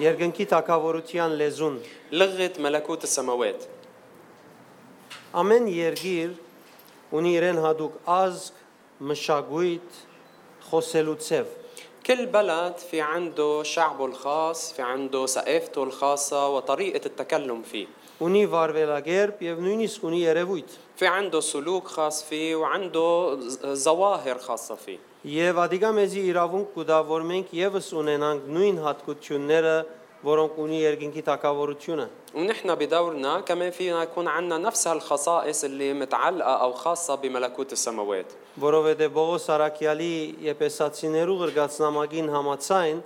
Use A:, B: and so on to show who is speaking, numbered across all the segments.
A: Երկնքի թակավորության լեզուն։
B: لغة ملكوت السماوات
A: Ամեն երգիր ունի իրեն հadoop ազգ, մշակույթ, խոսելու ցև։
B: كل بلد في عنده شعبه الخاص في عنده ثقافته الخاصة وطريقة التكلم فيه
A: Ունի վարվելագերբ եւ նույնիսկ ունի երևույթ։
B: في عنده سلوك خاص فيه وعنده ز- ظواهر خاصة فيه
A: Եվ ադիգա մեզի իրավունք կուտա, որ մենք եւս ունենանք նույն հատկությունները, որոնք ունի երկնքի թակավորությունը։
B: ونحن بدورنا كمان فينا يكون عندنا نفس هالخصائص اللي متعلقة أو خاصة بملكوت السماوات
A: Որովհետեւ Բողոս Արաքյալի Եփեսացիներու գրգացնամագին համաձայն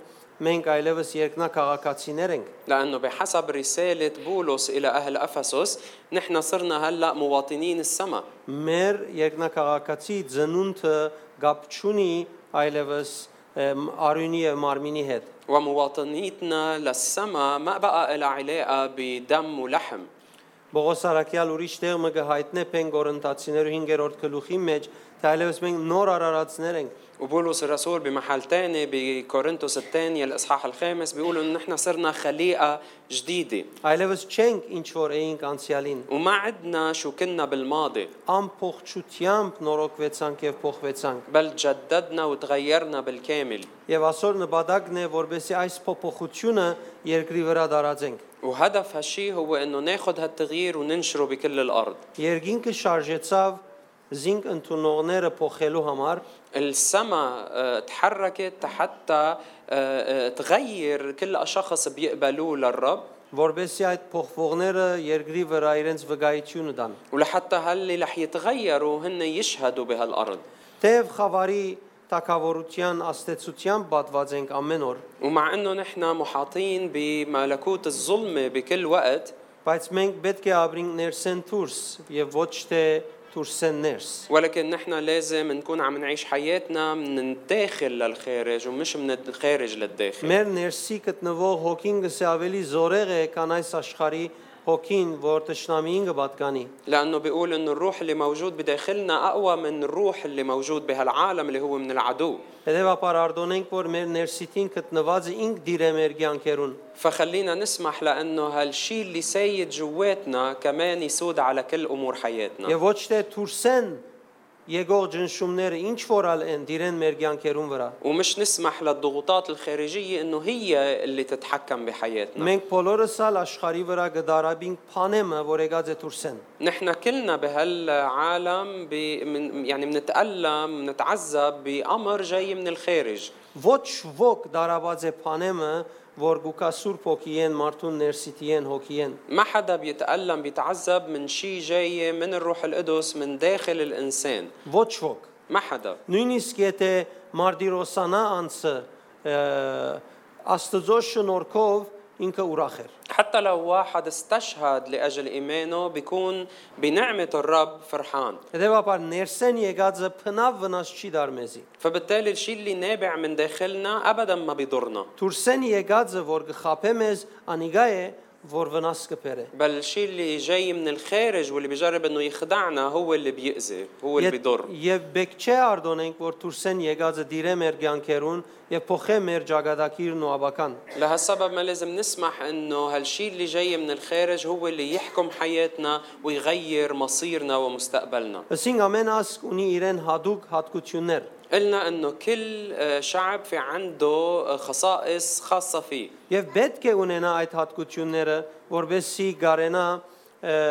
A: մենք այլևս երկնա քաղաքացիներ ենք։
B: لأنه بحسب رسالة بولس إلى أهل أفسس نحن صرنا هلأ مواطنين السماء
A: Մեր երկնա քաղաքացի ծնունդը գապ չունի այլևս ըմ, արյունի եւ մարմինի հետ։
B: ومواطنيتنا للسماء ما بقى لها علاقة بدم ولحم
A: Բողոս Արաքյալ ուրիշ տեղ մը գահիտնե Փեն Գորընտացիներու 5-րդ գլուխի մեջ, թե այլևս մենք նոր արարածներ ենք։
B: وبولس الرسول بمحل تاني بكورنثوس الثانية الإصحاح الخامس بيقولوا إن نحن صرنا خليقة جديدة
A: Այլևս չենք ինչ որ էինք անցյալին։
B: وما عدنا شو كنا بالماضي
A: Ամփոխչությամբ նորոգվեցանք եւ փոխվեցանք։
B: بل جددنا وتغيرنا بالكامل
A: Եվ այսօր նպատակն է, որբեսի այս փոփոխությունը երկրի վրա դարածենք։
B: وهدف هالشي هو انه ناخذ هالتغيير وننشره بكل الارض
A: Երկինքը շարժեցավ զինք ընդունողները փոխելու համար
B: السما آه، تحركت حتى آه، آه، تغير كل شخص بيقبلوه للرب
A: որբեսի այդ փոխվողները երկրի վրա իրենց վկայությունը տան։
B: ولحتى هاللي رح يتغيروا هن يشهدوا بهالارض
A: Թեև խավարի տակավորության աստեցության պատված ենք ամեն օր,
B: ومع انه نحن محاطين بملكوت الظلمه بكل وقت
A: բայց մենք պետք է ապրենք ներսեն դուրս եւ ոչ թե դուրսեն ներս։
B: ولكن نحن لازم نكون عم نعيش حياتنا من الداخل للخارج ومش من الخارج للداخل
A: Մեր ներսի գտնվող հոգին գսե ավելի զորեղ է քան այս աշխարհի հոգին, որ ճշնամիին կպատկանի։
B: لانه بيقول انه الروح اللي موجود بداخلنا اقوى من الروح اللي موجود بهالعالم اللي هو من العدو
A: Հետևաբար արդոնենք, որ մեր ներսիտին գտնված ինք դիրեմ մեր կյանքերուն։
B: فخلينا نسمح لانه هالشي اللي سايد جواتنا كمان يسود على كل امور حياتنا
A: Եվ ոչ թե դուրսեն եկող ճնշումները ինչ որալ են դիրեն մեր կյանքերուն վրա։
B: ومش نسمح للضغوطات الخارجيه انه هي اللي تتحكم بحياتنا
A: Մենք բոլորս ալ աշխարհի վրա գդարաբինք փանեմը, որ եկած է դուրսեն։
B: نحن كلنا بهالعالم بي من يعني بنتألم بنتعذب بأمر جاي من الخارج
A: Ոչ ոք դարաբած է փանեմը, որ գուկա սուրբ հոգիեն, մարդուն ներսիտիեն հոգիեն։
B: ما حدا بيتألم بيتعذب من شيء جاي من الروح القدس من داخل الإنسان
A: Ոչ ոք
B: ما حدا
A: Նույնիսկ եթե Մարդիրոսանա անցը ը, Աստծո շնորհքով ինքը ուրախ էր։
B: حتى لو واحد استشهد لأجل إيمانه بيكون بنعمة الرب فرحان
A: Հետևաբար ներսեն եկածը փնավ վնաս չի դար մեզի։
B: فبالتالي الشيء اللي نابع من داخلنا أبدا ما بيضرنا
A: Թուրսեն եկածը, որ գխափե մեզ, անիգա է, որ վնաս կբերե։
B: بل الشيء اللي جاي من الخارج واللي بيجرب انه يخدعنا هو اللي بيأذي هو اللي
A: Ետ-
B: بيضر
A: Եվ բեք չէ արդոնենք, որ Թուրսեն եկածը դիրե մեր կյանքերուն եւ փոխե մեր ճակատագիրն ու աբական։
B: لهالسبب ما لازم نسمح انه هالشيء اللي جاي من الخارج هو اللي يحكم حياتنا ويغير مصيرنا ومستقبلنا
A: Ըսին ամեն ասկ ունի իրեն հadoop հատկություններ։
B: قلنا انه كل آه، شعب في عنده آه، خصائص خاصه فيه
A: Եվ պետք է ունենա այդ հատկությունները, որովհետեւ գարենա ը,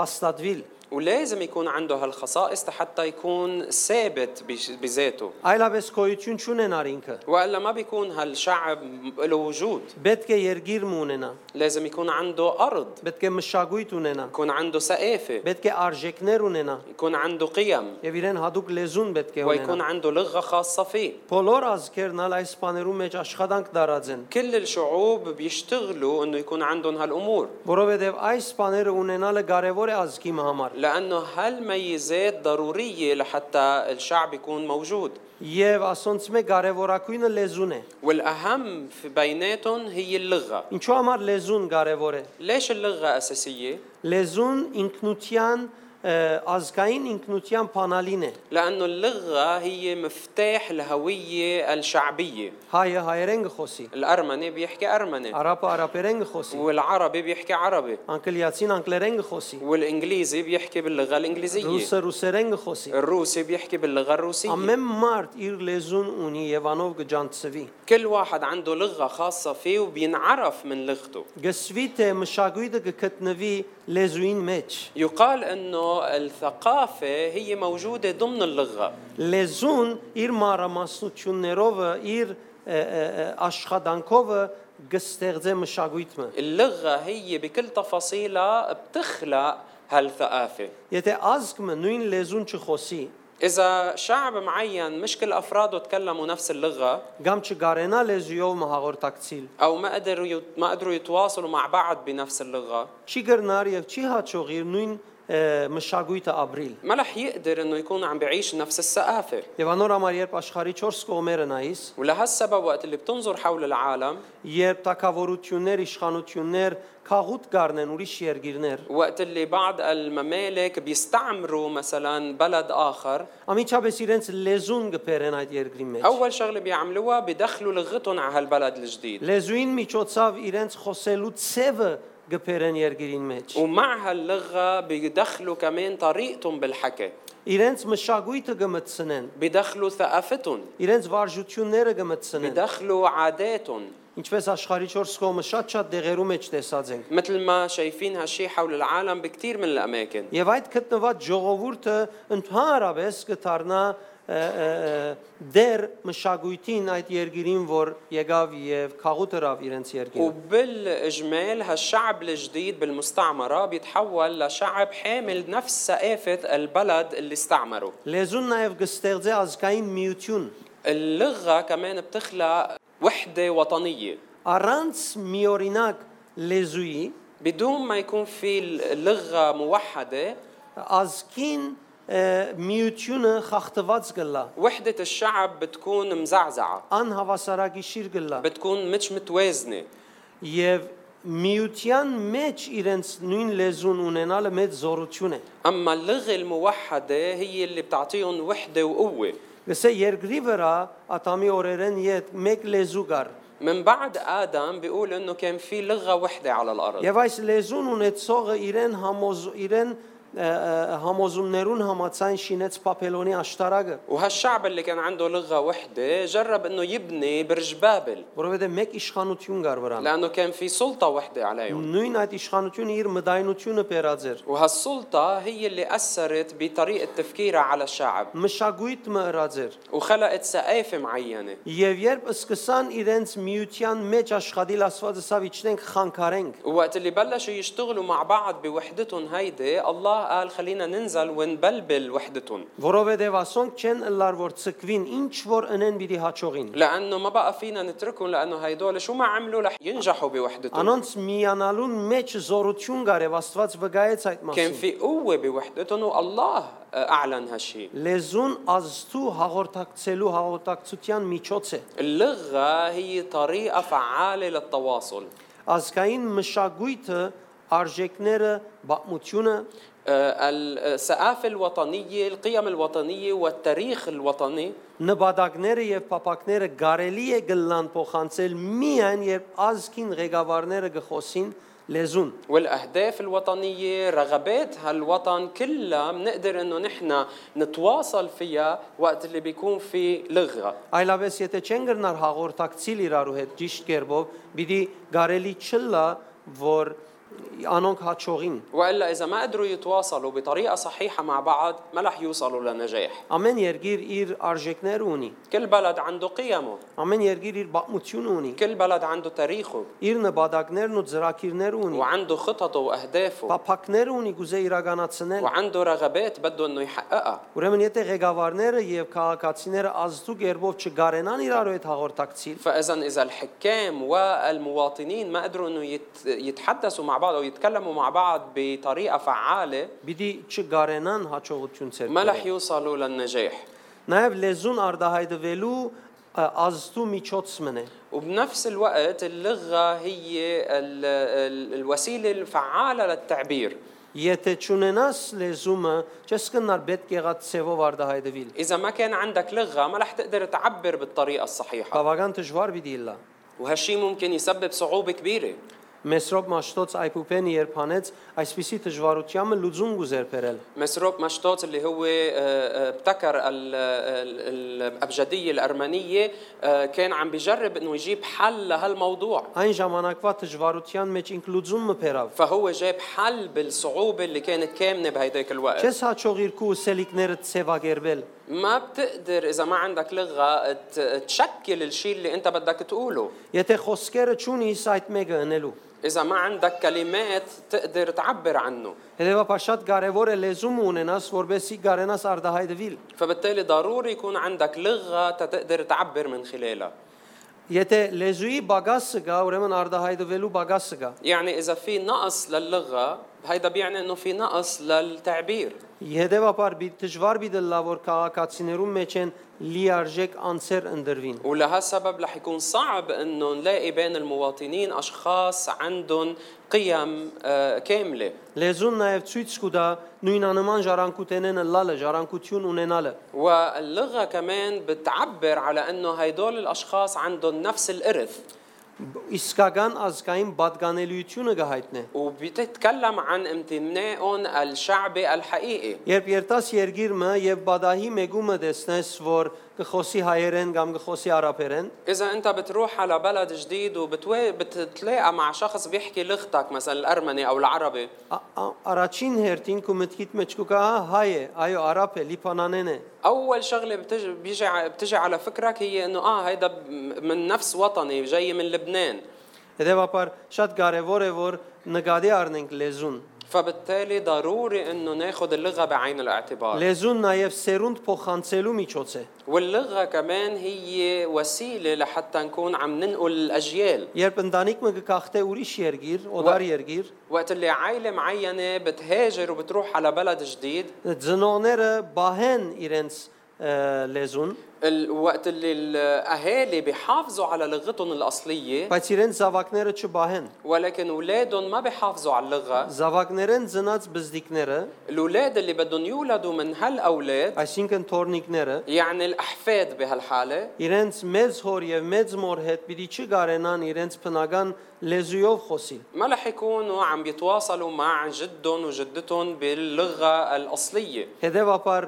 A: հաստատվել։
B: ولازم يكون عنده هالخصائص حتى يكون ثابت بش- بذاته
A: Այլապես գոյություն չունենար ինքը։
B: والا ما بيكون هالشعب له وجود
A: Պետք է երգիր ունենա,
B: لازم يكون عنده ارض
A: պետք է մշակույթ ունենա,
B: يكون عنده ثقافه
A: պետք է արժեքներ ունենա
B: يكون عنده قيم
A: եւ իրեն հadoop լեզուն պետք է
B: ويكون
A: ունենա։
B: عنده لغه خاصه فيه
A: Բոլոր ազգերն ալ այս բաներու մեջ աշխատանք դարած են,
B: كل الشعوب بيشتغلوا انه يكون عندهم هالامور
A: որովհետեւ այս բաները ունենալը կարեւոր է ազգի համար։
B: لانه هالميزات ضروريه لحتى الشعب يكون موجود
A: Եվ ասոնց մե կարեւորակույնը լեզուն է։
B: والاهم في بيناتهم هي اللغه
A: Ինչու համար լեզուն կարեւոր է։
B: ليش اللغه اساسيه
A: Լեզուն ինքնության ը, ազգային ինքնության փանալին է։
B: لأنه اللغة هي مفتاح الهوية الشعبية
A: Հայը հայերեն գխոսի,
B: الأرمني بيحكي أرمني
A: արաբը արաբերեն գխոսի,
B: والعربي بيحكي عربي
A: անգլիացին անգլերեն գխոսի,
B: والإنجليزي بيحكي باللغة الإنجليزية
A: ռուսը ռուսերեն գխոսի։
B: الروسي بيحكي باللغة الروسية
A: Ամեն մարդ իր լեզուն ունի եւ անով գջանցվի։
B: كل واحد عنده لغة خاصة فيه وبينعرف من لغته
A: Գսվի թե մշակույթը գտնվի լեզուին մեջ։
B: يقال أنه الثقافة هي موجودة ضمن اللغة
A: Լեզուն իր մարամասնություններով իր ը, ը, ը, աշխատանքով գստեղծե մշակույթը։
B: اللغة هي بكل تفاصيلها بتخلق هالثقافة
A: Եթե ազգը նույն լեզուն չխոսի,
B: إذا شعب معين مش كل أفراده تكلموا نفس اللغة
A: կամ չգարենա լեզուով մահաղորդակցիլ,
B: أو ما قدروا يت- ما قدروا يتواصلوا مع بعض بنفس اللغة
A: չի գրնար եւ չի հաճող իր նույն ը, մշակույթը ապրիլ։
B: ما رح يقدر إنه يكون عم بيعيش نفس الثقافة
A: Եվ անոր համար երբ աշխարի 4 կողմերը նայես,
B: ولهالسبب وقت اللي بتنظر حول العالم
A: երբ թակավորություններ, իշխանություններ քաղուտ գարնեն ուրիշ երկիրներ,
B: وقت اللي بعض الممالك بيستعمروا مثلا بلد آخر
A: ամիջապես իրենց լեզուն գբերեն այդ երկրի մեջ։
B: أول شغلة بيعملوها بدخلوا լغتهم على هالبلد الجديد
A: Լեզուին միջոցով իրենց խոսելու ցևը գբերեն երկրին մեջ։
B: ومع هاللغة بيدخلوا كمان طريقتهم بالحكي
A: Իրենց մշակույթը գմցնեն,
B: بيدخلوا ثقافتهم
A: իրենց վարժությունները գմցնեն։
B: بيدخلوا عاداتهم
A: Ինչպես աշխարհի 4 կողմը շատ-շատ դեղերու մեջ տեսած ենք։
B: مثل ما شايفين هالشي حول العالم بكتير من الأماكن
A: Եվ այդ գտնված ժողովուրդը ընդհանրապես կդառնա ը, ը, ը, դեր մշակույթին այդ երկրին, որ եկավ եւ քաղուտերավ իրենց երկիրը։
B: وبالإجمال هالشعب الجديد بالمستعمرة بيتحول لشعب حامل نفس ثقافة البلد اللي استعمره
A: Լեզուն նաև կստեղծի ազգային միություն։
B: اللغة كمان بتخلق وحدة وطنية
A: Առանց միօրինակ լեզուի
B: بدون ما يكون في لغة موحدة
A: ազգին ը, միությունը խախտված գլա
B: وحدة الشعب بتكون مزعزعة
A: անհավասարագիշիր գլա
B: بتكون مش متوازنة
A: եւ միության մեջ իրենց նույն լեզուն ունենալը մեծ զորություն է
B: أما اللغة الموحدة هي اللي بتعطيهم وحدة وقوة
A: լսե երկրի վրա ատամի օրերեն իդ մեկ լեզու կար
B: من بعد آدم بيقول إنه كان في لغة وحدة على الأرض
A: եւ այս լեզուն ունեցողը իրեն համոզ իրեն ը, ը, համոզումներուն համացան շինեց Պապելոնի աշտարակը
B: وهالشعب اللي كان عنده لغة وحدة جرب انه يبني برج بابل
A: որովհետեւ մեկ իշխանություն կար վրան
B: لانه كان في سلطة وحدة عليهم
A: նույն այդ իշխանությունը իր մտայնությունը բերած էր
B: وهالسلطة هي اللي أثرت بطريقة تفكيرها على الشعب
A: մշակույթը ըրած էր
B: وخلقت ثقافة معينة
A: Եվ երբ սկսան իրենց միության մեջ աշխատել Աստվածը սավ իջնենք խանգարենք
B: ووقت اللي بلشوا يشتغلوا مع بعض بوحدتهم هيدي الله قال خلينا ننزل ونبلبل وحدتهم
A: որովհետև ասոնք չեն ըլլար որ ցկվին ինչ որ ընեն պիտի հաճողին
B: لأنه ما بقى فينا نتركهم لأنه هيدول شو ما عملوا رح ينجحوا بوحدتهم
A: Անոնց միանալուն մեջ զորություն կար եւ Աստված վկայեց այդ
B: كان
A: մասին
B: في قوة بوحدتهم والله أعلن هالشي
A: Լեզուն ազդու հաղորդակցելու հաղորդակցության միջոց է
B: اللغة هي طريقة فعالة للتواصل
A: ազգային մշակույթը արժեքները բացմությունը
B: آه، الثقافة الوطنية القيم الوطنية والتاريخ الوطني
A: նպատակները եւ փապակները գարելի է գլան փոխանցել միայն երբ ազգին ղեկավարները գխոսին լեզուն
B: والأهداف الوطنية رغبات هالوطن كلها بنقدر إنه نحن نتواصل فيها وقت اللي بيكون في لغة
A: Այլապես եթե չեն գնար հաղորդակցիլ իրարու հետ ճիշտ կերպով, պիտի գարելի չլա, որ անոնք հաճողին։
B: وإلا إذا ما قدروا يتواصلوا بطريقة صحيحة مع بعض ما رح يوصلوا لنجاح
A: Ամեն երկիր իր արժեքներ ունի,
B: كل بلد عنده قيمه
A: ամեն երկիր իր բացմությունը ունի,
B: كل بلد عنده تاريخه
A: իր նպատակներն ու ծրագիրներ ունի,
B: وعنده خططه وأهدافه
A: փափակներ ունի գուզե իրականացնել։
B: وعنده رغبات بده إنه يحققها
A: Ուրեմն եթե ղեկավարները եւ քաղաքացիները ազդու կերպով չգարենան իրարու հետ հաղորդակցիլ,
B: فاذا اذا الحكام والمواطنين ما قدروا انه يت- يتحدثوا مع بعض او يتكلموا مع بعض بطريقه فعاله
A: պիտի չգարենան հաջողություն
B: ما رح
A: ցերկել։
B: يوصلوا للنجاح
A: Նաեւ լեզուն արդահայտվելու ա, ազդու միջոցն է։
B: وبنفس الوقت اللغه هي ال ال الوسيله الفعاله للتعبير
A: Եթե ճունենաս լեզումը, չես կնար պետք եղած ցևով արդահայտվել։
B: إذا ما كان عندك لغة ما رح تقدر تعبر بالطريقة الصحيحة
A: Բավական դժվար պիտի լա։
B: وهالشي ممكن يسبب صعوبة كبيرة
A: Մեսրոպ Մաշտոց Այփուփեն երբ հանեց, այսպիսի դժվարությամը լուծում գուզեր բերել։
B: مسروب مشطوط اللي هو آه، آه، ابتكر ال- ال- ال- الأبجدية الأرمنية آه، كان عم بيجرب إنه يجيب حل لهالموضوع
A: Այն ժամանակվա դժվարության մեջ ինք լուծումը բերավ։
B: فهو جاب حل بالصعوبة اللي كانت كامنة بهيداك الوقت
A: Չես հաջող երկու սելիկները ցևագերվել։
B: ما بتقدر إذا ما عندك لغة ت- تشكل الشيء اللي أنت بدك تقوله
A: Եթե խոսքերը ճունիս այդ մեկը ընելու։
B: إذا ما عندك كلمات تقدر تعبر عنه
A: Հետևաբար շատ կարևոր է լեզումը ունենաս, որբեսի կարենաս արդահայտվել։
B: فبالتالي ضروري يكون عندك لغة تقدر تعبر من خلالها
A: Եթե լեզուի բագասը կա, ուրեմն արդահայտվելու բագասը կա։
B: يعني إذا في نقص للغة هيدا بيعني إنه في نقص للتعبير
A: Հետևաբար բի դժվար բի դլա որ քաղաքացիներում մեջ են լիարժեք անձեր ընդրվին։
B: ولهالسبب رح يكون صعب انه نلاقي بين المواطنين اشخاص عندهم قيم آه، كامله
A: Լեզուն նաև ցույց կտա նույնանման ժառանգութենենը լալը, ժառանգություն ունենալը։
B: واللغه كمان بتعبر على انه هيدول الاشخاص عندهم نفس الارث
A: բ- Իսկական ազգային պատկանելիությունը կհայտնե։
B: وبتتكلم عن امتناعهم الشعبي الحقيقي
A: Երբ երտաս երգիրը եւ բադահի մեգումը դեսնես, որ կխոսի հայերեն կամ կխոսի արաբերեն,
B: إذا أنت بتروح على بلد جديد وبتتلاقى مع شخص بيحكي لغتك مثلا الأرمني أو العربي
A: ա- ա- առաջին հերթին քո մտքիդ մեջ կուկա «Ահա, հայ է, այո արաբ է, լիբանանեն է։
B: أول شغلة بتجي بيجي ع- بتجي على فكرك هي إنه آه هيدا ب- من نفس وطني جاي من لبنان
A: Հետևաբար շատ կարևոր է որ նկատի առնենք լեզուն։
B: فبالتالي ضروري انه ناخذ اللغه بعين الاعتبار
A: Լեզուն նաև սերունդ փոխանցելու միջոց է։
B: واللغه كمان هي وسيله لحتى نكون عم ننقل الاجيال
A: Երբ ընտանիքը կգախտե ուրիշ երգիր, օդար երգիր,
B: وقت اللي عائله معينه بتهاجر وبتروح على بلد جديد
A: ծնողները բահեն իրենց ը, լեզուն,
B: ال- وقت اللي الاهالي بيحافظوا على لغتهم الاصليه
A: բայց իրենց զավակները չբահեն։
B: ولكن اولادهم ما بيحافظوا على اللغه
A: Զավակներեն ծնած բզդիկները,
B: الاولاد اللي بدهم يولدوا من هالاولاد
A: այսինքն թորնիկները,
B: يعني الاحفاد بهالحاله
A: իրենց մեծ հոր եւ մեծ մոր հետ պիտի չգարենան իրենց բնական լեզուով խոսի։
B: ما رح يكونوا عم يتواصلوا مع جدهم وجدتهم باللغه الاصليه
A: Հետևաբար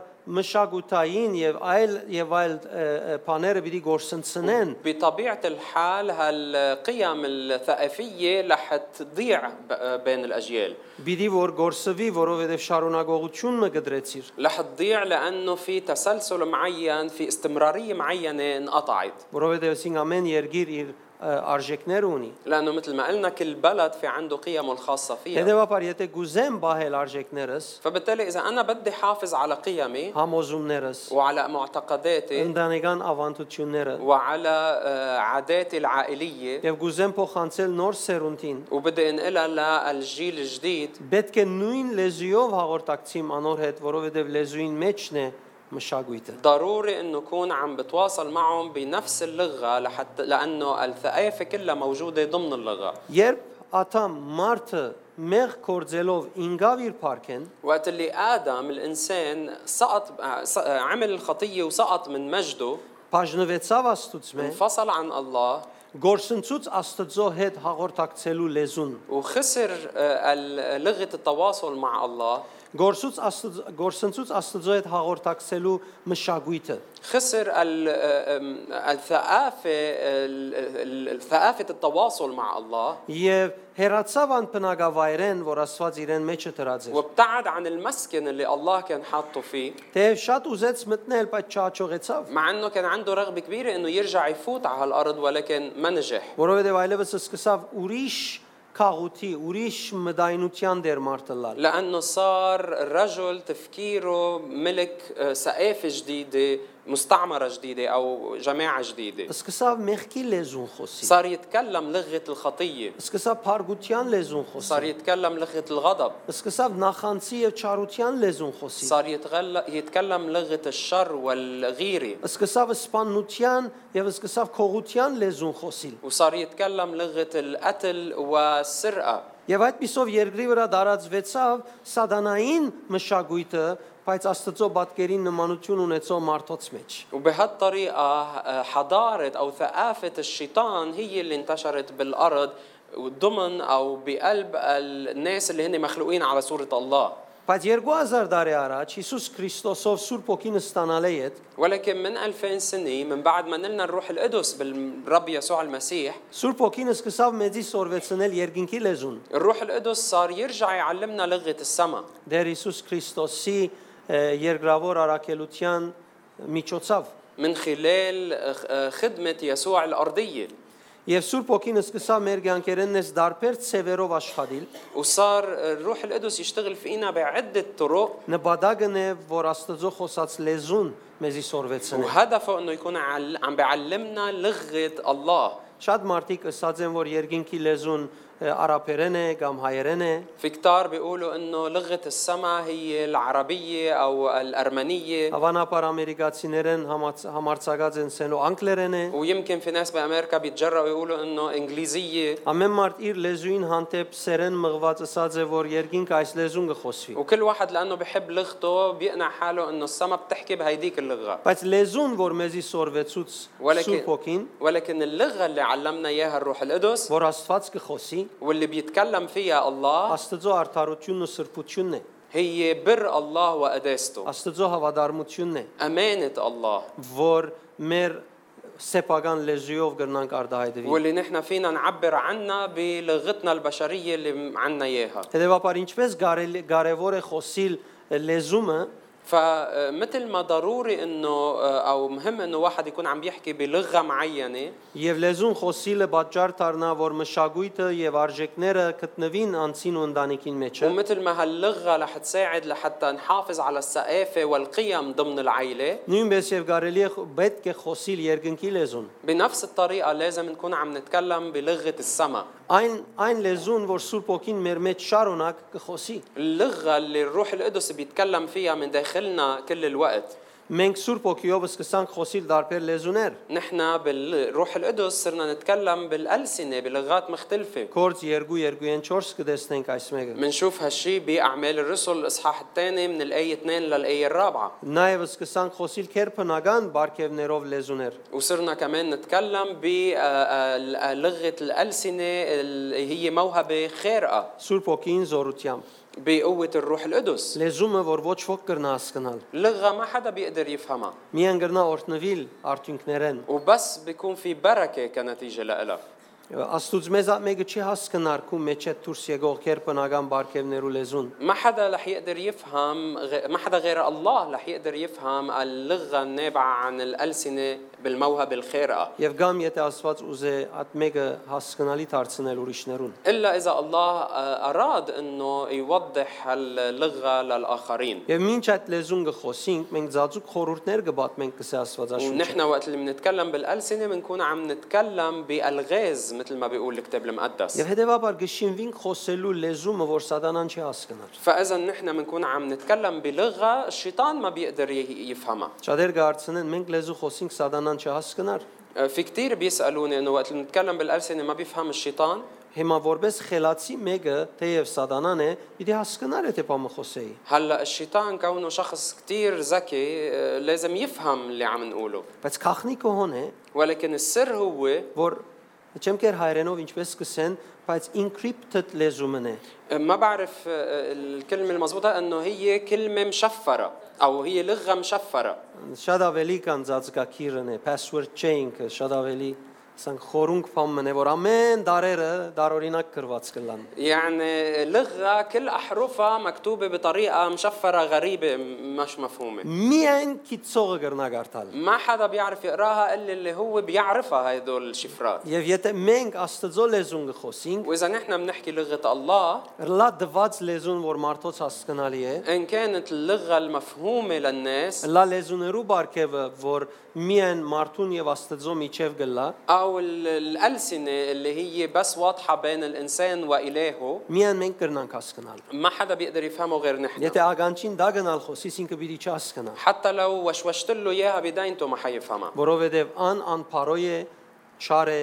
A: մշակութային եւ այլ եւ այլ ը, ը, բաները պիտի գործընծնեն
B: بطبيعة الحال هالقيم الثقافية رح تضيع ب- بين الأجيال
A: Բիդի որ գործվի, որովհետև շարունակողությունը գդրեցիր։
B: رح تضيع لأنه في تسلسل معين في استمرارية معينة انقطعت
A: Որովհետև ասին ամեն երգիր իր ը, արժեքներ ունի։
B: لأنه مثل ما قلنا كل بلد في عنده قيمه الخاصة فيها
A: Հետևաբար եթե գուզեմ բահել արժեքներս,
B: فبالتالي إذا أنا بدي حافظ على قيمي
A: համոզումներս,
B: وعلى معتقداتي
A: ընդանեկան ավանդությունները
B: وعلى آه، عاداتي العائلية
A: եւ գուզեմ փոխանցել նոր սերունդին,
B: وبدي انقلها للجيل الجديد
A: պետք է նույն լեզուով հաղորդակցիմ անոր հետ, որովհետև լեզուին մեջն է մշակույթը։
B: ضروري انه اكون عم بتواصل معهم بنفس اللغه لحتى لانه الثقافه كلها موجوده ضمن اللغه
A: Երբ աթամ մարդը մեղ կորձելով ինգավ իր парքեն,
B: وقت اللي ادم الانسان سقط آه، س- آه، عمل الخطيه وسقط من مجده
A: բաժնվեցավ աստուծո մեջ,
B: انفصل عن الله
A: գործընծուց աստծո հետ հաղորդակցելու լեզուն
B: وخسر آه، ال- لغه التواصل مع الله
A: Գործուց աստծո գործընծուց աստծո հետ հաղորդակցելու մշակույթը։
B: خسر ال- آه، آم، الثقافه ال- ال- ال- ثقافه التواصل مع الله
A: Եվ հերացավ ան բնակավայրեն, որ Աստված իրեն մեջը դրած էր։
B: وابتعد عن المسكن اللي الله كان حاطه فيه
A: Թեև շատ ուզեց մտնել, բայց չհաջողեցավ,
B: مع انه كان عنده رغبه كبيره انه يرجع يفوت على هالارض ولكن ما نجح
A: որովհետև այլևս սկսավ ուրիշ քաղուտի, ուրիշ մտայնության դեր մարդը լալ։
B: لانه صار الرجل تفكيره ملك آه، ثقافه جديده مستعمره جديده او جماعه جديده
A: Սկսավ մեղքի լեզուն խոսի։
B: صار يتكلم لغه الخطيه
A: Սկսավ փարգության լեզուն
B: صار
A: խոսի։
B: يتكلم لغه الغضب
A: Սկսավ նախանցի եւ չարության լեզուն խոսի։
B: صار يتغل... يتكلم لغه الشر والغيره
A: Սկսավ սպանության եւ սկսավ քողության լեզուն խոսիլ։
B: وصار يتكلم لغه القتل والسرقه
A: Եվ այդ պիսով երկրի վրա դարածվեցավ սադանային մշակույթը, բայց Աստծո բատկերին նմանություն ունեցող մարդոց մեջ։
B: وبهالطريقة آه، حضارة أو ثقافة الشيطان هي اللي انتشرت بالأرض ضمن أو بقلب الناس اللي هن مخلوقين على صورة الله
A: Բայց 2000 տարի առաջ Հիսուս Քրիստոսով Սուրբ Օքինը ստանալի հետ
B: ولكن من 2000 سنة من بعد ما نلنا الروح القدس بالرب يسوع المسيح
A: Սուրբ Օքինը սկսավ մեզի սորվեցնել երկինքի լեզուն։
B: الروح القدس صار يرجع يعلمنا لغة السما
A: Դեր Հիսուս Քրիստոսի ը, երկրավոր առաքելության միջոցով
B: من خلال آه، خدمة يسوع الأرضية
A: Եվ Սուրբ Օքինը սկսավ մեր ցանկերեն ես դարբեր ծևերով աշխատել։
B: وصار الروح القدس يشتغل فينا بعدة طرق
A: Նպատակն է, որ Աստծո խոսած լեզուն մեզի սորվեցնի։
B: وهدفه انه يكون عل- عم بيعلمنا لغة الله
A: Շատ մարդիկ ասած են, որ երկինքի լեզուն ը, արաբերեն է կամ հայերեն է,
B: في كتار بيقولوا انه لغة السما هي العربية او الارمنية
A: հավանաբար ամերիկացիներեն համաց- համարցակած են սենո անգլերեն է։
B: ويمكن في ناس بامريكا بيتجرأوا يقولوا انه انجليزية
A: Ամեն մարդ իր լեզուին հանդեպ սերեն մղված ասած է, որ երկինք այս լեզուն կխոսվի։
B: وكل واحد لانه بحب لغته بيقنع حاله انه السما بتحكي بهيديك اللغة
A: Բայց լեզուն, որ մեզի սորվեցուց
B: ولكن-
A: Սուրբ Օքին,
B: ولكن اللغة اللي علمنا اياها الروح القدس
A: որ Աստված կխոսի,
B: واللي بيتكلم فيها الله
A: Աստծո արդարությունն ու սրբությունն է,
B: هي بر الله وقداسته
A: Աստծո հավատարմությունն է,
B: أمانة الله
A: որ մեր սեփական լեզուով կրնանք արդահայտվի։
B: إيه. واللي نحن فينا نعبر عنها بلغتنا البشرية اللي عنا اياها
A: Հետևաբար ինչպես կարելի- կարևոր է խոսիլ լեզումը,
B: فمثل ما ضروري انه او مهم انه واحد يكون عم يحكي بلغه معينه
A: Եվ լեզուն խոսիլը պատճառ դառնա, որ մշակույթը եւ արժեքները գտնվին անցին ու ընտանիքին մեջ։
B: ومثل ما هاللغه رح تساعد لحتى نحافظ على الثقافه والقيم ضمن العائله
A: Նույնպես եւ կարելի է խ- պետք է խոսիլ երկնքի լեզուն։
B: بنفس الطريقه لازم نكون عم نتكلم بلغه السما
A: Այն այն լեզուն, որ Սուրբ Օքին մեր մեջ շարունակ կխոսի։
B: اللغه اللي الروح القدس بيتكلم فيها من داخلنا كل الوقت
A: Մենք Սուրբ Օքիով սկսանք խոսիլ դարբեր լեզուներ։
B: نحن بالروح القدس صرنا نتكلم بالألسنة بلغات مختلفة
A: Գործ 2:2-4 կտեսնենք այս մեկը։
B: منشوف هالشي بأعمال الرسل الإصحاح الثاني من الآية 2 للآية الرابعة
A: Նաև սկսանք խոսիլ քերփնական բարգևներով լեզուներ։
B: وصرنا كمان نتكلم آه، بلغة الألسنة اللي هي موهبة خارقة
A: Սուրբ Օքին զորությամբ։
B: بقوة الروح القدس
A: Լեզումը, որ ոչ ոք կրնա հասկանալ։
B: لغة ما حدا بيقدر يفهمها
A: Միան կրնա օրտնվել արդյունքներեն։
B: وبس بيكون في بركة كنتيجة لها
A: Աստուծո մեզ ա- մեկը չի հասկանար քու մեջ է դուրս եկող քերփնական բարգևներու լեզուն։
B: ما حدا رح يقدر يفهم غ- ما حدا غير الله رح يقدر يفهم اللغة النابعة عن الألسنة بالموهبة الخارقة
A: Եվ կամ եթե Աստված ուզե այդ մեկը հասկանալի դարձնել ուրիշներուն։
B: إلا إذا الله آه، أراد أنه يوضح هاللغة للآخرين
A: Եվ մինչ այդ լեզուն կխոսենք, մենք ծածուկ խորուրդներ կբատմենք կսե Աստվածաշունչը։
B: ونحن وقت اللي بنتكلم بالألسنة بنكون عم نتكلم بألغاز مثل ما بيقول الكتاب المقدس
A: Եվ հետևաբար գշինվինք խոսելու լեզումը, որ սատանան չի հասկանար։
B: فإذا نحن بنكون عم نتكلم بلغة الشيطان ما بيقدر ي- يفهمها
A: Շատեր կհարցնեն, մենք լեզու խոսենք, սատանան չհասկանար։
B: آه، في كتير بيسألوني أنه وقت اللي بنتكلم بالألسنة ما بيفهم الشيطان
A: Հիմա որպես խելացի մեկը, թեև սատանան է, պիտի հասկանար եթե բամը խոսեի։
B: هلا الشيطان كونه شخص كتير ذكي آه، لازم يفهم اللي عم نقوله
A: Բայց քախնիկը հոն է,
B: ولكن السر هو
A: որ չեմ կեր հայերենով ինչպես սկսեն, բայց encrypted լեզումն է։
B: ما بعرف آه، الكلمة المضبوطة انه هي كلمة مشفرة او هي لغة مشفرة
A: Շատ ավելի կան ծածկակիրն է, password chain-ը, շատ ավելի ասենք խորունկ բամն է, որ ամեն դարերը դարօրինակ գրված կլան։
B: يعني لغة كل احرفها مكتوبة بطريقة مشفرة غريبة م- مش مفهومة
A: Միայն քիծողը կրնա գարտալ։
B: ما حدا بيعرف يقراها الا اللي هو بيعرفها هدول الشفرات
A: Եվ եթե մենք Աստծո լեզուն կխոսենք,
B: واذا نحن بنحكي لغة الله
A: լա դված լեզուն, որ մարդոց հասկանալի է,
B: ان كانت اللغة المفهومة للناس
A: լա լեզուներու բարգևը, որ միայն մարդուն եւ Աստծո միջև գլա,
B: او ال- الالسنة اللي هي بس واضحة بين الانسان والهه
A: միայն մենք կրնանք հասկանալ։
B: ما حدا بيقدر يفهمه غير نحن
A: Եթե ագանչին դա գնալ խոսիս, ինքը պիտի չհասկանա,
B: حتى لو وشوشت له اياها بدايته ما حيفهمها
A: որովհետև ան անփարոյ է, չար է,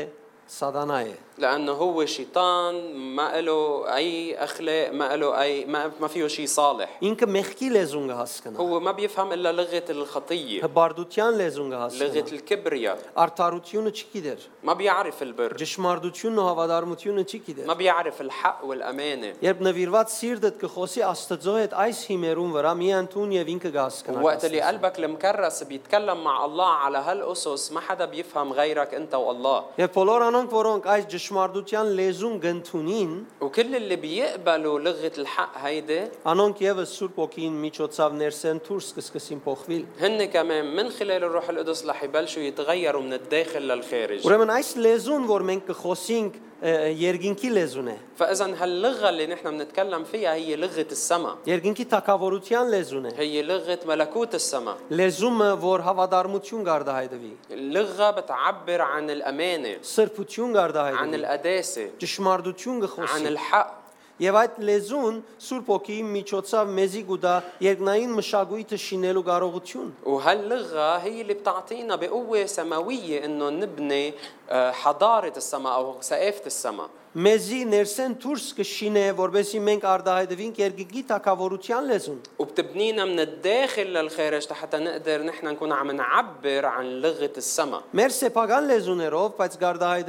A: սատանա է։
B: لأنه هو شيطان ما له أي أخلاق ما له أي ما, ما فيه شيء صالح
A: Ինքը մեղքի լեզուն կհասկնա։
B: هو ما بيفهم إلا لغة الخطية
A: Հբարդության լեզուն
B: لغة
A: կհասկնա։
B: الكبرياء
A: Արդարությունը չգիտեր։
B: ما بيعرف البر
A: Ճշմարտությունն ու հավատարմությունը չգիտեր։
B: ما بيعرف الحق والأمانة
A: Երբ նվիրված սիրտդ կխոսի Աստծո հետ այս հիմերուն վրա մի անտուն եւ ինքը կհասկնա։
B: وقت اللي
A: Աստծուն։
B: قلبك المكرس بيتكلم مع الله على هالأسس ما حدا بيفهم غيرك أنت والله
A: Եվ բոլոր անոնք, որոնք այս ճշմարտության լեզուն գնդունին,
B: وكل اللي بيقبلوا لغة الحق هيدي
A: անոնք եւս Սուրբ Օքին միջոցով ներսեն դուրս կսկսին փոխվել։
B: هن كمان من خلال الروح القدس رح يبلشوا يتغيروا من الداخل للخارج
A: Ուրեմն այս լեզուն, որ մենք կխոսենք, ը, երկինքի լեզուն է։
B: فاذا هاللغه اللي نحن بنتكلم فيها هي لغه السماء
A: Երկինքի թակավորության լեզուն է։
B: هي لغه ملكوت السماء
A: Լեզումը, որ հավատարմություն գարդահայտվի,
B: اللغه بتعبر عن الامانه
A: սրբություն
B: عن
A: գարդահայտվի,
B: القداسه
A: ճշմարտություն
B: عن
A: գխոսի։
B: الحق
A: Եվ այդ լեզուն Սուրբ Օքիի միջոցով մեզի գուտա երկնային մշակույթը շինելու կարողություն։
B: وهاللغه هي اللي بتعطينا بقوه سماويه انه نبني آه، حضاره السماء او سقافه السماء
A: Մեզի ներսեն դուրս կշինե, որովհետեւ մենք արդահայտվենք երկինքի թակավորության լեզուն։
B: وبتبنينا من الداخل للخارج حتى نقدر نحن نكون عم نعبر عن لغه السماء
A: Մեր սեփական լեզուներով, բայց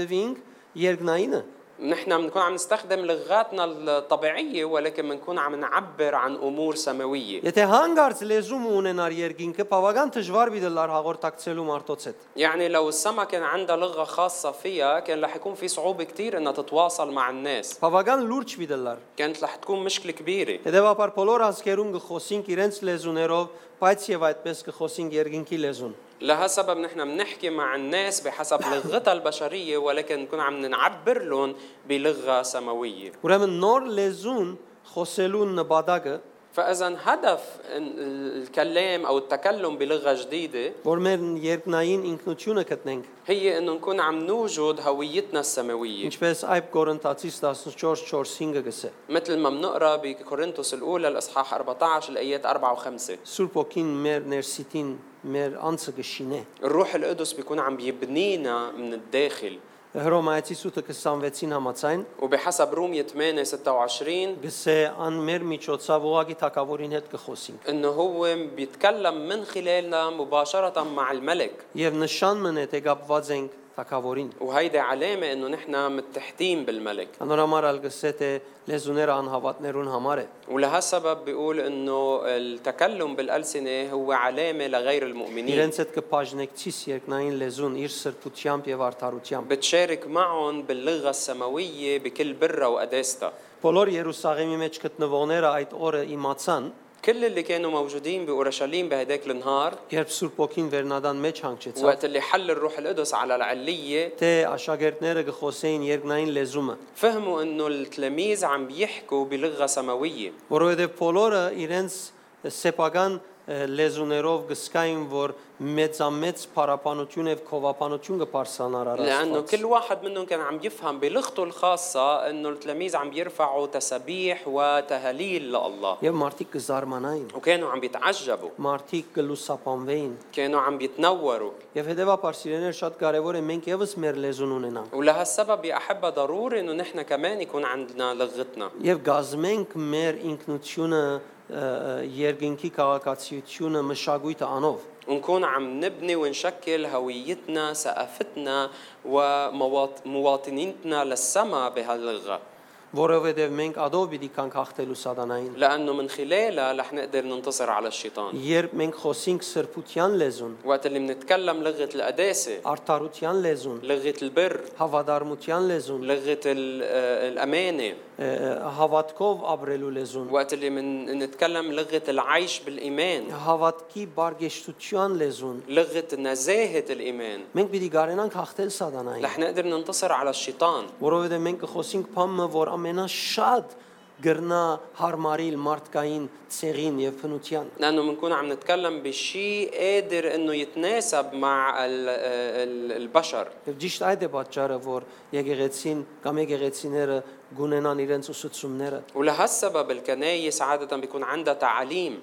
A: գարդահայտվենք երկնայինը։
B: نحن بنكون عم نستخدم لغاتنا الطبيعية ولكن بنكون عم نعبر عن أمور سماوية
A: Եթե հանգարց լեզում ունենար երկինքը, բավական դժվար մի դլար հաղորդակցելու մարդոց հետ։
B: يعني لو السما كان عندها لغة خاصة فيها كان رح يكون في صعوبة كتير إنها تتواصل مع الناس
A: Բավական լուրջ մի դլար։
B: كانت رح تكون مشكلة كبيرة
A: Հետևաբար բոլոր ազգերուն կխոսենք իրենց լեզուներով, բայց եւ այդպես կխոսենք երկինքի لեզուն։
B: لهالسبب نحن بنحكي مع الناس بحسب لغتها البشرية ولكن نكون عم نعبر لهم بلغة سماوية
A: Ուրեմն նոր լեզուն խոսելու նպատակը,
B: فإذا هدف إن- الكلام أو التكلم بلغة جديدة
A: որ մեր երկնային ինքնությունը գտնենք,
B: هي إنه نكون عم نوجد هويتنا السماوية
A: ինչպես այբ Կորինթացիս 14:4-5-ը գսե։
B: مثل ما بنقرا بكورنثوس الاولى الاصحاح 14 الايات 4 و5
A: Սուրբ ոգին մեր ներսիտին մեր անձը կշինե։
B: الروح القدس بيكون عم يبنينا من الداخل
A: Հռոմայացի 8:26-ին համաձայն
B: وبحسب رومية 8 26
A: գսե ան մեր միջոցով ուղակի թակավորին հետ կխոսենք
B: انه هو بيتكلم من خلالنا مباشرة مع الملك
A: եւ նշան մնե թե կապված ենք թակավորին
B: وهيدي علامة انه نحن متحدين بالملك
A: անորամար ալ գսե թե լեզուները անհավատներուն համար է
B: ولهالسبب بيقول انه التكلم بالألسنة هو علامة لغير المؤمنين
A: իրենց հետ կբաժնեկցիս երկնային լեզուն իր սրբությամբ եւ արդարությամբ
B: بتشارك معهم باللغة السماوية بكل برة وقداستها
A: բոլոր Երուսաղեմի մեջ գտնվողները այդ օրը իմացան
B: كل اللي كانوا موجودين باورشليم بهداك النهار
A: երբ Սուրբ Օքին վերնադան մեջ հանգչեցավ
B: وقت اللي حل الروح القدس على العلية
A: թե աշակերտները կխոսեին երկնային լեզումը
B: فهموا انه التلاميذ عم بيحكوا بلغة سماوية
A: որովհետեւ բոլորը իրենց սեփական ը, լեզուներով գսկային որ մեծամեծ փարապանություն եւ քովապանություն կբարձրանար առ
B: لانه
A: Աստված։
B: كل واحد منهم كان عم يفهم بلغته الخاصة انه التلاميذ عم يرفعوا تسبيح وتهليل لله
A: Եվ մարդիկ կզարմանային,
B: وكانوا عم بيتعجبوا
A: մարդիկ կլուսապանվեին։
B: كانوا عم بيتنوروا
A: Եվ հետեւաբար սիրեներ շատ կարեւոր է մենք եւս մեր լեզուն ունենանք։
B: ولهالسبب يا أحبة ضروري انه نحن كمان يكون عندنا لغتنا
A: Եվ գազմենք մեր ինքնությունը ը, ը, երկինքի քաղաքացիությունը մշակույթը անով։
B: ونكون عم نبني ونشكل هويتنا ثقافتنا ومواطنيتنا للسما بهاللغة
A: Որովհետև մենք ադով պիտի կանք հաղթելու սատանային։
B: لأنه من خلالها رح نقدر ننتصر على الشيطان
A: Երբ մենք խոսենք սրբության լեզուն,
B: وقت اللي بنتكلم لغة القداسة
A: արդարության լեզուն,
B: لغة البر
A: հավատարմության լեզուն,
B: لغة ال- آه، الأمانة
A: ը, ը, հավատքով ապրելու լեզուն,
B: وقت اللي بنتكلم لغة العيش بالإيمان
A: հավատքի բարգեշտության լեզուն,
B: لغة نزاهة الإيمان
A: մենք պիտի գարենանք հաղթել սատանային։
B: رح نقدر ننتصر على الشيطان
A: որովհետև մենք կխոսենք փամը, որ ամենաշատ գրնա հարմարիլ մարդկային ցեղին եւ փնության։
B: لانه بنكون عم نتكلم بشيء قادر انه يتناسب مع ال- آه، ال- البشر
A: Եվ ճիշտ այդ է պատճառը, որ եկեղեցին կամ եկեղեցիները գունենան իրենց ուսուցումները։
B: ولهالسبب الكنايس عادة بيكون عندها تعاليم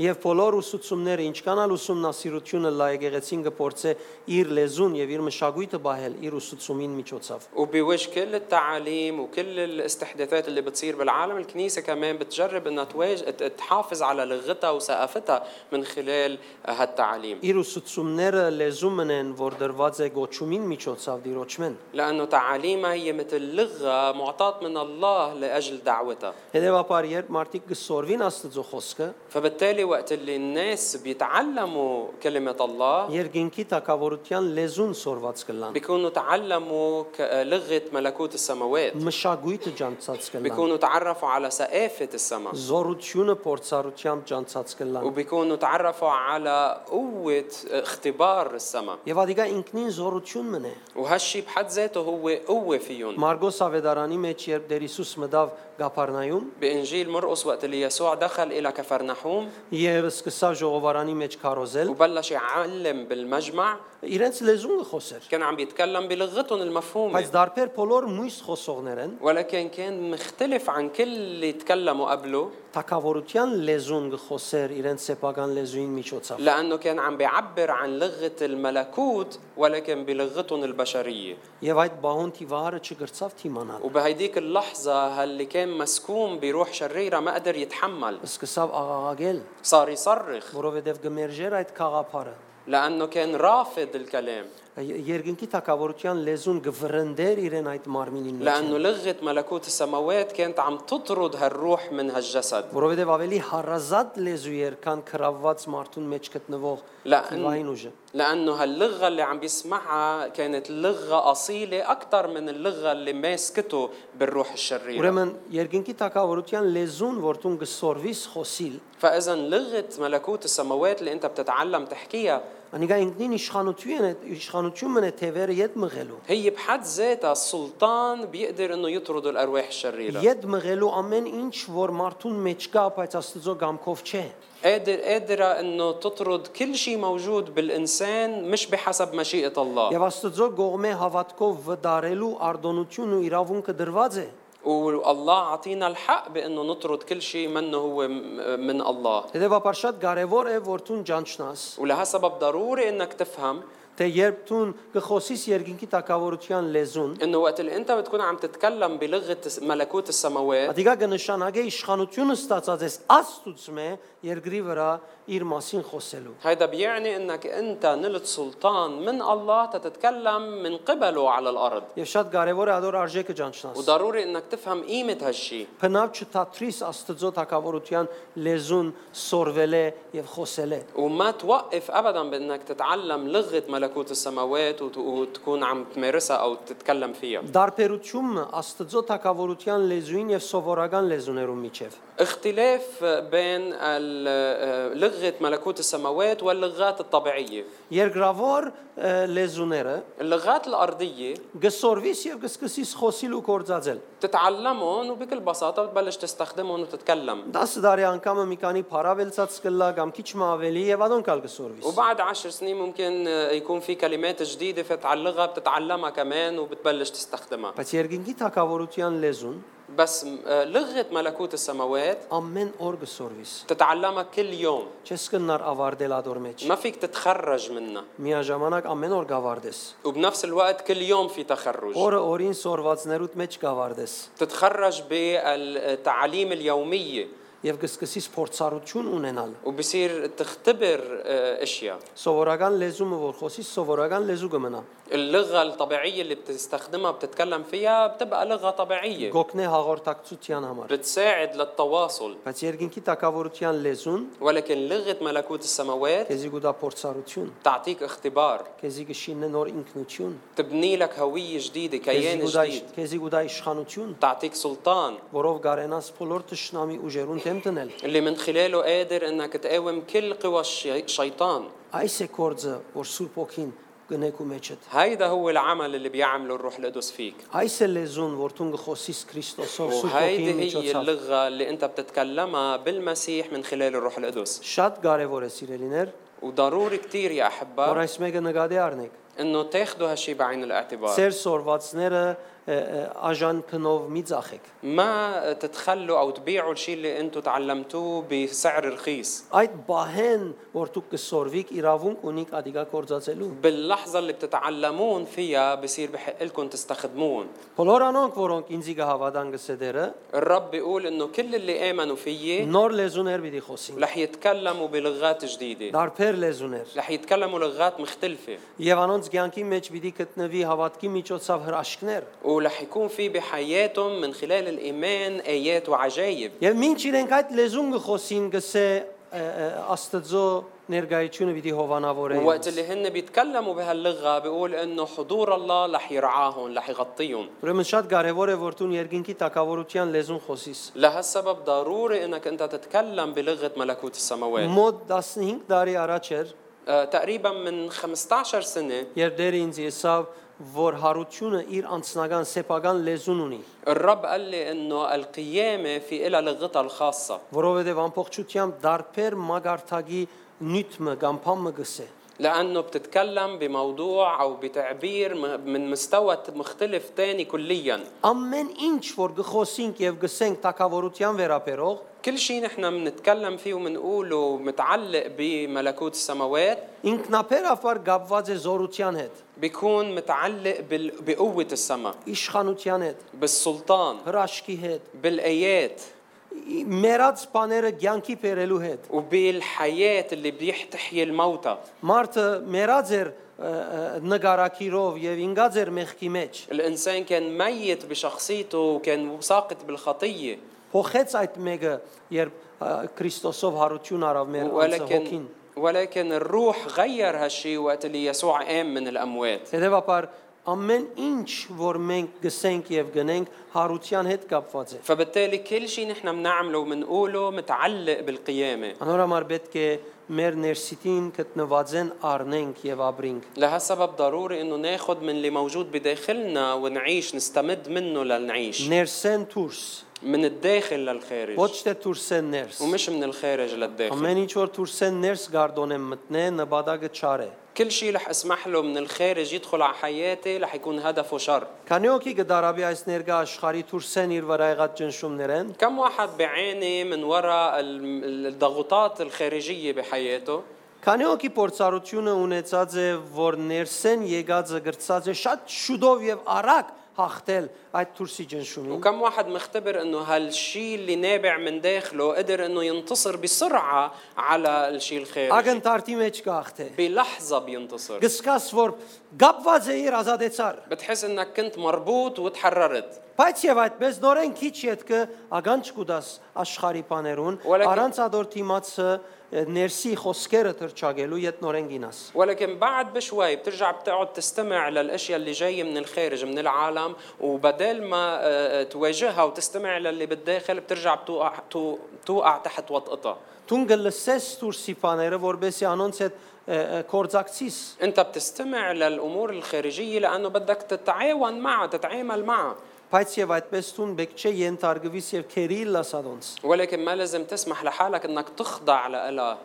A: Եվ բոլոր ուսուցումները, ինչքանալ ուսումնասիրությունը լա եկեղեցին կփորձե իր լեզուն եւ իր մշակույթը բահել իր ուսուցումին միջոցով։
B: وبوجه كل التعاليم وكل الاستحداثات اللي بتصير بالعالم الكنيسة كمان بتجرب انها تواجه ت- تحافظ على لغتها وثقافتها من خلال هالتعاليم
A: Իր ուսուցումները լեզու մնեն, որ դրված է գոչումին միջոցով դիրոճմեն։
B: لأنه تعاليمها هي مثل لغة معطاة من الله لأجل دعوتها
A: Հետևաբար երբ մարդիկ կսորվին Աստծո խոսքը,
B: فبالتالي وقت اللي الناس بيتعلموا كلمة الله
A: երկինքի թակավորության լեզուն սորված կլան։
B: بيكونوا تعلموا ك- لغة ملكوت السماوات
A: Մշակույթը ջանցած կլան։
B: بيكونوا تعرفوا على ثقافة السماء
A: Զորությունը փորձառությամբ ջանցած կլան։
B: وبيكونوا تعرفوا على قوة اختبار السماء
A: Եվ ադիգա ինքնին զորություն մնե։
B: وهالشي بحد ذاته هو قوة فيهم
A: Մարգոս Ավետարանի մեջ երբ Տեր Հիսուս մտավ Գափարնայում
B: بإنجيل مرقس وقت اللي يسوع دخل إلى كفرنحوم
A: եւ սկսավ ժողովարանի մեջ քարոզել,
B: وبلش يعلم بالمجمع
A: իրենց լեզուն խոսեր։
B: كان عم بيتكلم بلغتهم
A: Բայց
B: المفهومة
A: դարբեր բոլոր մույս խոսողներ են
B: ولكن كان مختلف عن كل اللي تكلموا قبله
A: թակավորության լեզուն գխոսեր իրենց սեփական լեզուին միջոցով։
B: لأنه كان عم بيعبر عن لغة الملكوت ولكن بلغتهم البشرية
A: Եվ այդ բահոն թիվարը չգրծավ թիմանալ։
B: وبهيديك اللحظة اللي كان مسكوم بروح شريرة ما قدر يتحمل
A: Սկսավ աղաղակել,
B: صار يصرخ
A: որովհետև գմերժեր այդ խաղապարը։
B: لأنه كان رافض الكلام
A: Երկինքի թակավորության լեզուն գվրընդեր իրեն այդ մարմինին մեջ,
B: لأنه لغة ملكوت السماوات كانت عم تطرد هالروح من هالجسد
A: որովհետև ավելի հարազատ լեզու էր, քան քրավված մարդուն մեջ գտնվող թիվային ուժը։
B: لأنه هاللغة اللي عم بيسمعها كانت لغة أصيلة أكثر من اللغة اللي ماسكته بالروح الشريرة
A: Ուրեմն երկինքի թակավորության լեզուն, որտուն գսորվիս խոսիլ,
B: فإذا لغة ملكوت السماوات اللي أنت بتتعلم تحكيها
A: անիկա ինքնին իշխանություն է, իշխանությունն է թևերը յետ մղելու։
B: هي بحد ذاتها السلطان بيقدر انه يطرد الارواح الشريره
A: Յետ մղելու ամեն ինչ, որ մարդուն մեջ կա, բայց Աստծո գամքով չէ։
B: قادر قادره انه تطرد كل شيء موجود بالانسان مش بحسب مشيئه الله
A: Եվ Աստծո գողմե հավատքով վդարելու արդոնությունն ու իրավունքը դրված է։
B: والله عطينا الحق بانه نطرد كل شيء منه هو م- من الله
A: Հետևաբար շատ կարևոր է, որ դուն ճանչնաս,
B: ولهالسبب ضروري انك تفهم
A: թե երբ դուն կխոսիս երկինքի թակավորության լեզուն,
B: انه وقت اللي انت بتكون عم تتكلم بلغه الس- ملكوت السماوات
A: Ադիգա կնշանակե իշխանությունը ստացած ես Աստծմե երկրի վրա իր մասին խոսելու։
B: هيدا بيعني انك انت نلت سلطان من الله تتكلم من قبله على الارض
A: Եվ շատ կարևոր է ադոր արժեքը ճանչնաս։
B: وضروري انك تفهم قيمه هالشيء
A: Փնավ չթատրիս Աստծո թակավորության լեզուն սորվել է եւ խոսել է։
B: وما توقف ابدا بانك تتعلم لغه ملكوت السماوات وت- وتكون عم تمارسها او تتكلم فيها
A: Դարբերությունը Աստծո թակավորության լեզուին եւ սովորական լեզուներում միջև։
B: اختلاف بين ال- لغه ملكوت السماوات واللغات الطبيعيه
A: Երկրավոր ը, լեզուները
B: اللغات الارضيه
A: գսորվիս եւ գսկսիս խոսիլ ու կործածել։
B: بتتعلمهم وبكل بساطه بتبلش تستخدمهم وتتكلم
A: 10 տարի անգամը մի քանի փարավելցած կլա կամ քիչ մը ավելի եւ ադոն կալ գսորվիս։
B: وبعد عشر سنين ممكن يكون في كلمات جديدة فتعلقها بتتعلمها كمان وبتبلش تستخدمها
A: Բայց երկինքի թակավորության լեզուն
B: بس آه، لغة ملكوت السماوات
A: ամեն օր գսորվիս։
B: تتعلمها كل يوم
A: Չես կնար ավարտել ադոր մեջ։
B: ما فيك تتخرج منها
A: Միաժամանակ ամեն օր գավարդես։
B: وبنفس الوقت كل يوم في تخرج
A: Օրը օրին սորվածներուդ մեջ գավարդես
B: تتخرج بالتعاليم اليومية
A: եւ կսկսես փորձառություն ունենալ։
B: وبصير تختبر آه، اشياء
A: Սովորական լեզումը որ խոսիս, սովորական լեզու կմնա։
B: اللغة الطبيعية اللي بتستخدمها بتتكلم فيها بتبقى لغة طبيعية
A: Գոգնե հաղորդակցության համար։
B: بتساعد للتواصل
A: Բայց երկինքի տակավորության լեզուն
B: ولكن لغة ملكوت السماوات
A: քեզի գուտա փորձառություն,
B: تعطيك اختبار
A: քեզի գշիննե նոր ինքնություն,
B: تبني لك هوية جديدة
A: քեզի
B: كيان
A: գուտա
B: جديد
A: քեզի գուտա իշխանություն,
B: تعطيك سلطان
A: որով կարենաս բոլոր ճշնամի ուժերուն դեմ տնել։
B: اللي من خلاله قادر انك تقاوم كل قوى الشي- الشيطان
A: Այս է կորձը, որ Սուրբ Օքին գնեկու մեջդ։
B: هيدا هو العمل اللي بيعمله الروح القدس فيك
A: Այս է լեզուն, որ դու գխոսիս Քրիստոսով Սուրբ Օքին
B: وهيدي هي
A: միջոցով։
B: اللغة اللي أنت بتتكلمها بالمسيح من خلال الروح القدس
A: Շատ կարևոր է սիրելիներ,
B: وضروري كتير يا
A: որ
B: أحبة
A: այս մեկը նկատի առնեք։
B: أنه تاخدوا هالشي بعين الاعتبار
A: Ձեր սորվածները աժան քնով մի ծախեք։
B: ما تتخلوا او تبيعوا الشيء اللي انتم تعلمتوه بسعر رخيص
A: Այդ բահեն, որ դուք կսորվիկ իրավունք ունիք ադիգա կործացելու։
B: باللحظه اللي بتتعلمون فيها بصير بحق لكم تستخدمون
A: Բոլոր անոնք, որոնք ինձի կհավատան գսեդերը,
B: الرب بيقول انه كل اللي امنوا فيي
A: նոր լեզուներ պիտի խոսին։
B: رح يتكلموا بلغات جديده
A: Դարբեր լեզուներ։
B: رح يتكلموا لغات مختلفه
A: Եվ անոնց ցանկի մեջ պիտի գտնվի հավատքի միջոցով հրաշքներ։
B: ورح يكون في بحياتهم من خلال الايمان ايات وعجائب
A: Եվ ինչ իրենք այդ լեզուն գխոսին գսե ը, ը, Աստծո ներգայությունը պիտի հովանավորեն։
B: ووقت اللي هن بيتكلموا بهاللغه بيقول انه حضور الله رح يرعاهم رح يغطيهم
A: Ուրեմն շատ կարևոր է որ դու երկինքի տակավորության լեզուն խոսիս։
B: لهالسبب ضروري انك انت تتكلم بلغه ملكوت السماوات
A: Մոտ 15 տարի առաջ էր,
B: آه، تقريبا من 15 سنه
A: երբ դերը ինձ եսավ, որ հարությունը իր անձնական սեփական լեզուն ունի,
B: الرب قال لي انه القيامه في إلها لغتها الخاصه
A: որովհետև ամբողջությամբ դարբեր մագարտագի նյութը կամ փամը գսե։
B: لانه بتتكلم بموضوع او بتعبير م- من مستوى مختلف تاني كليا
A: Ամեն ինչ որ գխոսինք եւ գսենք տակավորության վերաբերող,
B: كل شيء نحن بنتكلم فيه وبنقوله متعلق بملكوت السماوات
A: ինքնաբերաբար գապված է զորության հետ,
B: بيكون متعلق بال- بقوة السماء
A: իշխանության հետ,
B: بالسلطان
A: հրաշքի հետ,
B: بالآيات
A: ի- մեռած բաները ցանկի բերելու հետ։
B: وبالحياة اللي بيحتحي الموتى
A: Մարտը մեռած էր ը, ը, նգարակիրով եւ ինգած էր մեղքի մեջ։
B: الإنسان كان ميت بشخصيته وكان ساقط بالخطية
A: Փոխեց այդ մեկը, երբ ա, Քրիստոսով հարություն արավ մեր անձը հոգին։
B: ولكن ولكن الروح غير هالشيء وقت اللي يسوع قام من الأموات
A: Հետևաբար ամեն ինչ, որ մենք գսենք եւ գնենք, հարության հետ կապված է։
B: فبالتالي كل شيء نحن بنعمله وبنقوله متعلق بالقيامة
A: Անորոմար պետք է մեր ներսիտին գտնվածեն առնենք եւ ապրենք։
B: لهالسبب ضروري انه ناخد من اللي موجود بداخلنا ونعيش نستمد منه لنعيش
A: Ներսեն դուրս,
B: من الداخل
A: ոչ
B: للخارج
A: թե դուրսեն ներս։
B: ومش من الخارج للداخل
A: Ամեն ինչ որ դուրսեն ներս գարդոնեմ մտնե, նպատակը չար է։
B: كل شيء رح اسمح له من الخارج يدخل على حياتي رح يكون هدفه شر
A: Քանի օքի գդարաբի այս ներկա աշխարհի դուրսեն իր վրա եղած ճնշումներեն,
B: كم واحد بيعاني من وراء الم- الضغوطات الخارجية بحياته
A: Քանի օքի փորձառությունը ունեցած է, որ ներսեն եկածը գրծած է շատ շուտով եւ արագ հաղթել այդ թուրսի ջնշումին։
B: وكم واحد مختبر انه هالشيء اللي نابع من داخله قدر انه ينتصر بسرعة على الشيء الخارجي
A: Ագնտարտի մեջ կհաղթե։
B: بلحظة بينتصر
A: Գսկաս որ գապված է իր ազատեցար,
B: بتحس انك كنت مربوط وتحررت
A: բայց եւ այդպես նորեն քիչ յետքը ագանջ կուտաս աշխարի բաներուն,
B: Ուղղակի-
A: առանց ադոր դիմացը ներսի խոսքերը թրջագելու յետ նորեն գինաս։
B: ولكن بعد بشوي بترجع بتقعد تستمع للاشياء اللي جايه من الخارج من العالم وبدل ما آه، آه، تواجهها وتستمع للي بالداخل بترجع بتوقع تو- توقع تحت وطئتها
A: Դուն գլսես թուրսի բաները, որբեսի անոնց հետ ը, ը, կորցակցիս։
B: انت بتستمع للامور الخارجيه لانه بدك تتعاون معها تتعامل معها
A: Բայց եւ այդպես տուն բեք չէ ենթարկվիս եւ քերիլ լասադոնց։
B: ولكن ما لازم تسمح لحالك انك تخضع لها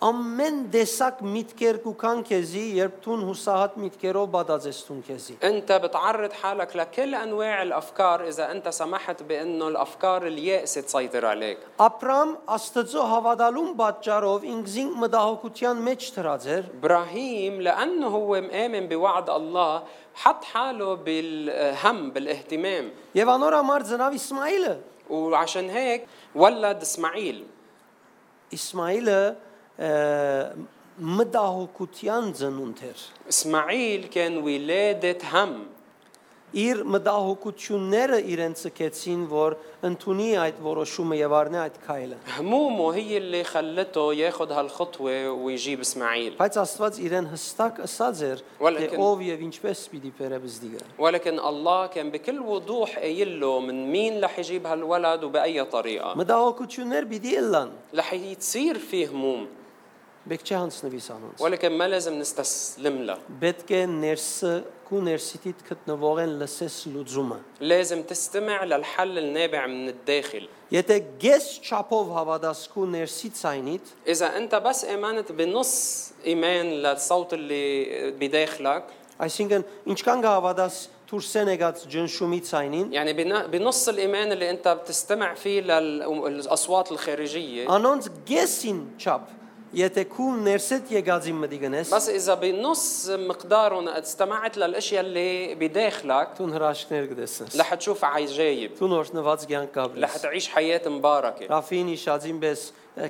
A: Ամեն տեսակ միտքեր կուքան քեզի, երբ տուն հուսահատ միտքերով բադածես տուն քեզի։
B: انت بتعرض حالك لكل انواع الافكار اذا انت سمحت بانه الافكار اليائسه تسيطر عليك
A: Ապրամ Աստծո հավատալուն պատճառով ինքզին մտահոգության մեջ դրած էր,
B: ابراهيم لانه هو مآمن بوعد الله حط حاله بالهم بالاهتمام
A: եւ անոր համար ծնավ Իսմայելը։
B: وعشان هيك ولد اسماعيل
A: Իսմայելը ը, մտահոգության ծնունդ էր։
B: اسماعيل كان ولادة هم
A: Իր մտահոգությունները իրեն ցկեցին, որ ընդունի այդ որոշումը եւ առնի այդ քայլը։
B: همومه هي اللي خلته ياخذ هالخطوة ويجيب اسماعيل
A: Բայց Աստված իրեն հստակ ասած էր, թե
B: Ուալեքեն-
A: ով եւ ինչպես պիտի բերեւս դիգը։
B: ولكن الله كان بكل وضوح قايل له من مين رح يجيب هالولد وبأي طريقة
A: Մտահոգություններ պիտի ելան,
B: رح يصير فيه هموم
A: բեք չի հանցնվի սանոնց։
B: ولكن ما لازم نستسلم له
A: Պետք է ներսը քու ներսիտիդ գտնվող են լսես լուծումը։
B: لازم تستمع للحل النابع من الداخل
A: Եթե գես չափով հավատաս քու ներսի ցայնիդ,
B: إذا أنت بس آمنت بنص إيمان للصوت اللي بداخلك
A: այսինքն ինչքան կհավատաս դուրս են եկած ջնշումից այնին
B: يعني بنا- بنص الايمان اللي انت بتستمع فيه للاصوات الخارجيه
A: անոնց գեսին չափ եթե քու ներսետ եկածի մտի գնես
B: بس اذا بنص مقدارهم قد استمعت للاشياء اللي بداخلك
A: դուն հրաշքներ կտեսնես
B: رح تشوف عجايب
A: դուն օրհնված կյանք
B: رح
A: կապրես
B: تعيش حياه مباركه
A: Ռաֆինի շածին պես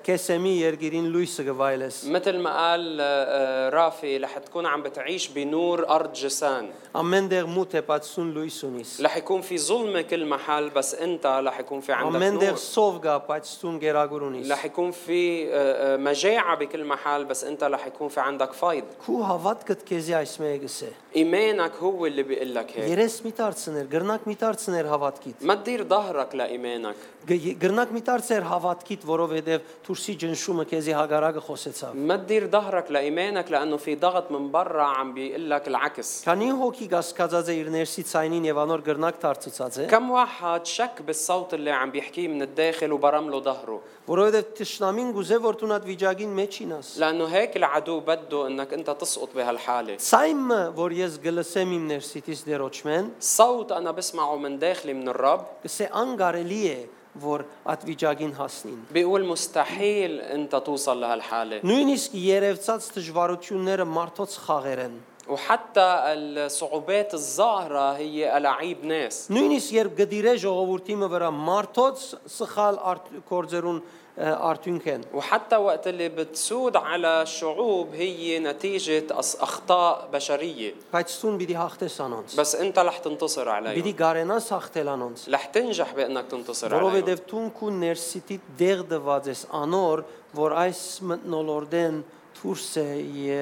A: քեսեմի երգերին լույսը գվայլես
B: مثل ما قال آه، آه، رافي رح تكون عم بتعيش بنور ارض جسان
A: ամեն դեղ մութ է բացուն լույս ունիս
B: رح يكون في ظلمه كل محل بس انت رح يكون في عندك
A: ամեն
B: نور
A: դեղ սով գա բայց ցուն գերագուր ունիս
B: رح يكون في آه، آه، مجاعه بكل محل بس انت رح يكون في عندك فيض
A: քու հավատքդ քեզի այս մեգսը
B: ايمانك هو اللي بيقول لك هيك
A: երես մի դարձներ գրնակ մի դարձներ հավատքիդ
B: ما تدير ظهرك لايمانك
A: Գ- գրնակ մի դարձեր հավատքիդ որովհետև թուրսի ջնշումը քեզի հագարակը խոսեցավ
B: ما تدير ظهرك لايمانك لانه في ضغط من برا عم بيقول لك العكس
A: քանի հոգի գասկածած է իր ներսից այնին եւ անոր գրնակ դարձուցած է
B: كم واحد شك بالصوت اللي عم بيحكيه من الداخل وبرم له ظهره
A: որովհետև ճշնամին գուզե որ դու նատ վիճակին մեջինաս
B: لانه هيك العدو بده انك انت تسقط بهالحاله
A: ցայմը որ ես գլսեմ իմ ներսից դերոճմեն
B: صوت انا بسمعه من داخلي من الرب
A: գսե անգարելի է որ այդ վիճակին հասնին
B: بيقول مستحيل انت توصل لهالحاله
A: նույնիսկ երևցած դժվարությունները մարդոց խաղեր են
B: وحتى الصعوبات الظاهره هي ألاعيب ناس
A: նույնիսկ երբ գդիրե ժողովրդի մը վրա մարդոց սխալ արդ- գործերուն ը, արդյունք են
B: وحتى وقت اللي بتسود على الشعوب هي نتيجة أص- أخطاء بشرية
A: բայց ցուն պիտի հաղթես անոնց
B: بس أنت رح تنتصر
A: պիտի
B: عليهم
A: գարենաս հաղթել անոնց
B: رح تنجح بأنك تنتصر عليهم
A: որովհետև ցուն քու ներսիտի դեղ դված ես անոր որ այս մտնոլորդեն դուրս է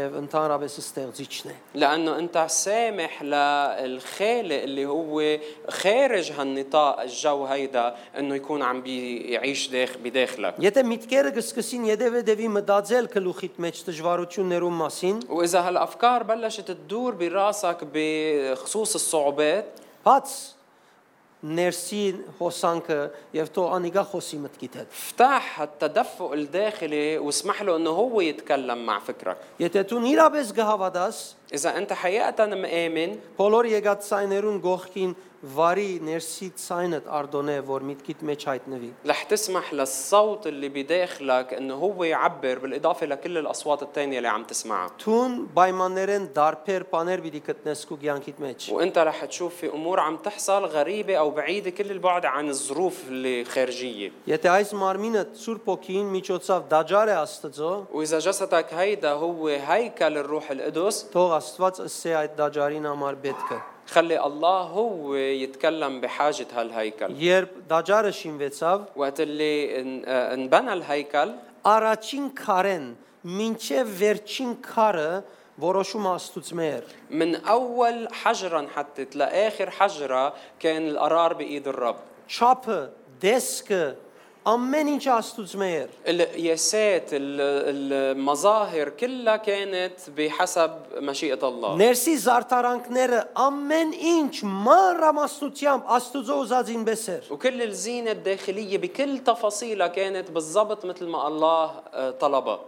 A: եւ ընդհանրապես ստեղծիչն է
B: لأنه أنت سامح للخالق اللي هو خارج هالنطاق الجو هيدا أنه يكون عم بيعيش داخ بداخلك
A: եթե միտքերը կսկսին յետևը դեպի մտածել գլուխիդ մեջ դժվարություններու մասին
B: وإذا هالأفكار بلشت تدور براسك بخصوص الصعوبات
A: բաց ներսի հոսանքը եւ թո անիգա խոսի մտքիդ հետ
B: افتح التدفق الداخلي واسمح له انه هو يتكلم مع فكرك
A: Եթե դու իրապես գհավատաս,
B: اذا انت حقيقه مآمن
A: բոլոր եկած ցայներուն գողքին վարի ներսի ցայնդ արդոնե, որ միտքիդ մեջ հայտնվի։
B: رح تسمح للصوت اللي بداخلك انه هو يعبر بالاضافه لكل الاصوات الثانيه اللي عم تسمعها
A: Թուն պայմաններեն դարբեր բաներ պիտի գտնես քու կյանքիդ մեջ։
B: وانت رح تشوف في امور عم تحصل غريبه او بعيده كل البعد عن الظروف الخارجيه
A: Եթե այս մարմինը Սուրբ Օքին միջոցով դաջար է Աստծո,
B: واذا جسدك هيدا هو هيكل الروح القدس
A: թող Աստված ըսե այդ դաջարին համար պետքը։
B: خلي الله هو يتكلم بحاجه هالهيكل
A: Երբ դաջարը շինվեցավ,
B: وقت اللي ان- آه، انبنى الهيكل
A: առաջին քարեն մինչև վերջին քարը որոշում Աստուծմե էր։
B: من اول حجرا حطت لاخر حجره كان القرار بايد الرب
A: Չափը, դեսքը, ամեն ինչ Աստուծմե էր։
B: القياسات ال- المظاهر كلها كانت بحسب مشيئه الله
A: Ներսի զարդարանքները ամեն ինչ մանրամասնությամբ Աստուծո ուզածին պես էր։
B: وكل الزينه الداخليه بكل تفاصيلها كانت بالضبط مثل ما الله آه، طلبها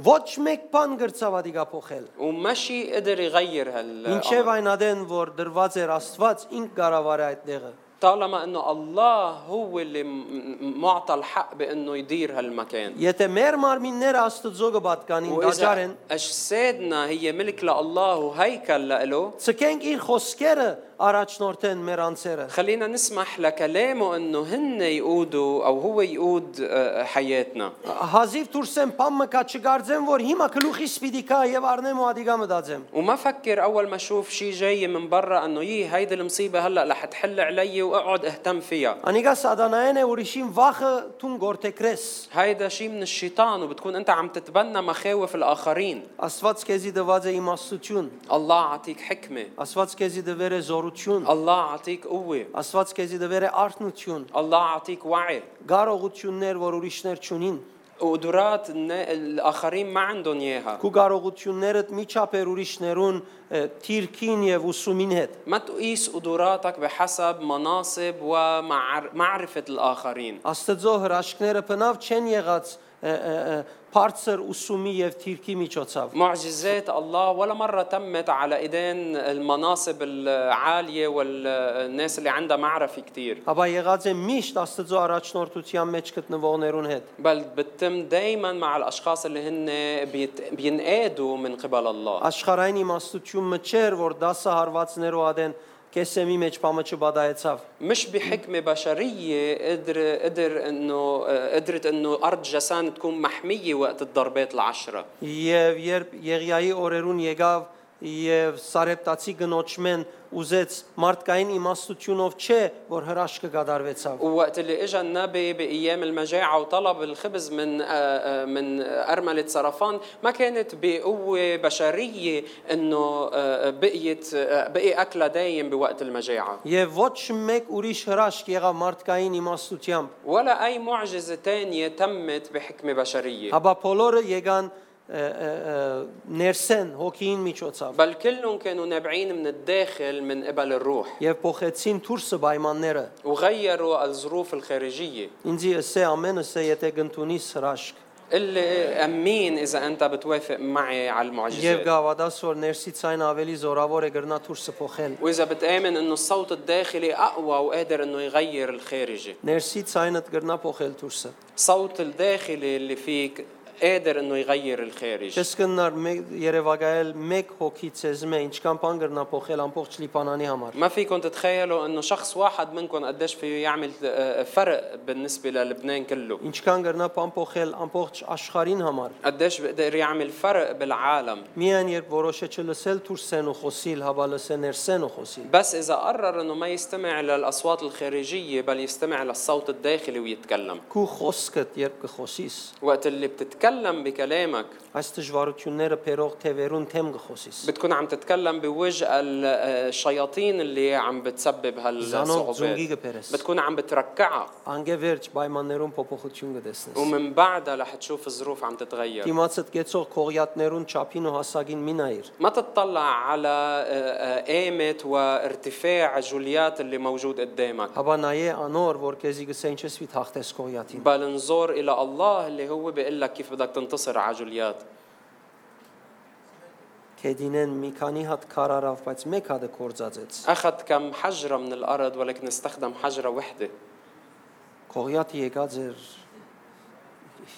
A: Ոչ մեկ բան գրծավադի կա փոխել։
B: ومشي قدر يغير
A: Ինչև
B: هال
A: այն ադեն, որ դրված էր Աստված, ինք կառավարի այդ տեղը։
B: طالما انه الله هو اللي م- م- معطى الحق بانه يدير هالمكان
A: Եթե մեր մարմինները Աստծո կպատկանին, դաճար են,
B: واذا اجسادنا هي ملك لله وهيكل لإله
A: ցկենք իր խոսքերը առաջնորդեն մեր անձերը։
B: خلينا نسمح لكلامه انه هن يقودوا او هو يقود آه، حياتنا
A: Հազիվ դուրսեն բան մկա չգարձեմ, որ հիմա գլուխիս պիտի կա եւ առնեմ ու ադիգա մտածեմ։
B: وما فكر اول ما اشوف شيء جاي من برا انه يي هيدي المصيبه هلا رح تحل علي واقعد اهتم فيها
A: Անիգա սադանայեն է ուրիշին վախը տուն գործեկրես։
B: هيدا شيء من الشيطان وبتكون انت عم تتبنى مخاوف الاخرين
A: Աստված քեզի տված է իմաստություն։
B: الله عطيك حكمه
A: Աստված քեզի դվեր է զորություն,
B: الله عطيك قوه
A: Աստված քեզի դվեր է արթնություն,
B: الله عطيك وعي
A: կարողություններ, որ ուրիշներ չունին։
B: وقدرات النا- الاخرين ما عندهم اياها
A: Քու կարողություններդ միջապեր ուրիշներուն ը, թիրքին եւ ուսումին հետ։
B: ما تقيس قدراتك بحسب مناصب ومعرفة الآخرين
A: Աստծո հրաշքները բնավ չեն եղած ը, ը, ը, բարձր ուսումի եւ թիրքի միջոցով։
B: معجزات الله ولا مرة تمت على ايدين المناصب العالية والناس اللي عندها معرفة كتير
A: Աբա եղած է միշտ Աստծո առաջնորդության մեջ գտնվողներուն հետ։
B: بل بتتم دايما مع الاشخاص اللي هن بيت- بينقادوا من قبل الله
A: Աշխարհային իմաստությունը չէր, որ դասահարվածներով ադեն կեսեմի մեջ բամը չբադայեցավ։
B: مش بحكمة بشرية قدر قدر انه آه، قدرت انه ارض جسان تكون محمية وقت الضربات العشرة
A: Եվ երբ Եղիայի օրերուն եկավ եւ Սարեպտացի գնոճմեն ուզեց մարդկային իմաստությունով չէ, որ հրաշքը գդարվեցավ։
B: ووقت اللي اجى النبي بايام المجاعه وطلب الخبز من آه، آه، من ارمله سرفان ما كانت بقوه بشريه انه آه، بقيت آه، بقي اكلها دايم بوقت المجاعه
A: Եվ ոչ մեկ ուրիշ հրաշք եղավ մարդկային իմաստությամբ։
B: ولا اي معجزه تانية تمت بحكمه بشريه
A: Հաբա բոլորը եկան ը, ը, ը, ներսեն հոգին միջոցով
B: بل كلهم كانوا نابعين من الداخل من قبل الروح
A: եւ փոխեցին թուրսը պայմանները։
B: وغيروا الظروف الخارجيه
A: Ինձի էսե ամենը սա եթե գտնունի հրաշք։
B: اللي امين اذا انت بتوافق معي على
A: Եվ
B: المعجزات
A: գավադաս որ ներսից այն ավելի զորավոր է գրնա թուրսը փոխել։
B: وإذا بتآمن إنه الصوت الداخلي أقوى وقادر إنه يغير الخارجي،
A: Ներսից այնդ գրնա փոխել թուրսը։
B: الصوت الداخلي اللي فيك قادر إنه يغير الخارج.
A: Չես կնար մեկ Երևակայել մեկ հոգի ցեզմե ինչքան բան գրնա փոխել ամբողջ Լիբանանի համար։
B: ما فيكم تتخيلوا إنه شخص واحد منكم قديش فيه يعمل آه، فرق بالنسبة للبنان كله،
A: Ինչքան գրնա բան փոխել ամբողջ աշխարհին համար։
B: قديش بقدر يعمل فرق بالعالم.
A: Միայն երբ որոշե չլսել թուրսեն ու խոսիլ, հավա լսեն ներսեն ու խոսիլ։
B: بس إذا قرر إنه ما يستمع للأصوات الخارجية بل يستمع للصوت الداخلي ويتكلم.
A: Քու խոսքդ երբ կխոսիս,
B: وقت اللي بتتكلم بكلامك
A: այս դժվարությունները փերող թևերուն թեմ կխոսիս։
B: بتكون عم تتكلم بوجه ال- آه، الشياطين اللي عم بتسبب
A: Զանող
B: هالصعوبات.
A: ձունգի կփերես։
B: بتكون عم بتركعها
A: Անգևերջ պայմաններուն փոփոխություն կտեսնես։
B: ومن بعدها رح تشوف الظروف عم تتغير
A: Դիմացդ գեցող քողյատներուն չափին ու հասակին մի նայր։
B: ما تطلع على آه، آه، قامة وارتفاع جوليات اللي موجود قدامك
A: Հաբա նայե անոր, որ քեզի գսե ինչես մի թախտես քողյատին։
B: بل انظر إلى الله اللي هو بيقول لك كيف بدك تنتصر على جوليات
A: Քեդինեն մի քանի հատ քար արավ, բայց մեկ հատը կորցածեց։
B: أخذ كم حجرة من الأرض ولكن استخدم حجرة وحدة
A: Քողյատը եկած էր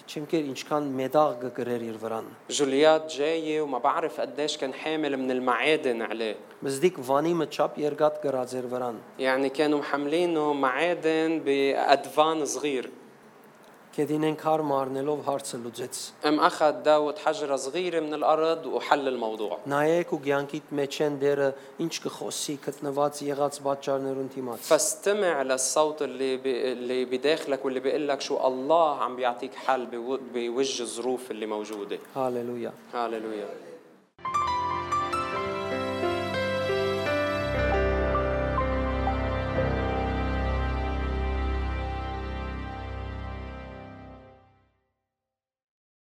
A: չիմքեր ինչքան մեդաղ կգրեր իր վրան։
B: جوليات جاية وما بعرف قديش كان حامل من المعادن عليه
A: Մզդիկ վանի մչապ երգատ գրած էր վրան։
B: يعني كانوا محملينه معادن بأدفان صغير
A: Քեդինեն քար մարնելով հարցը լուծեց։
B: أم أخذ داود حجرة صغيرة من الأرض وحل الموضوع
A: Նայեք ու ցանկիտ մեջ են դերը ինչ կխոսի գտնված եղած պատճառներուն դիմաց։
B: فاستمع للصوت اللي بي اللي بداخلك واللي بيقول لك شو الله عم بيعطيك حل بو- بوجه الظروف اللي موجوده
A: Հալելույա։
B: هاليلويا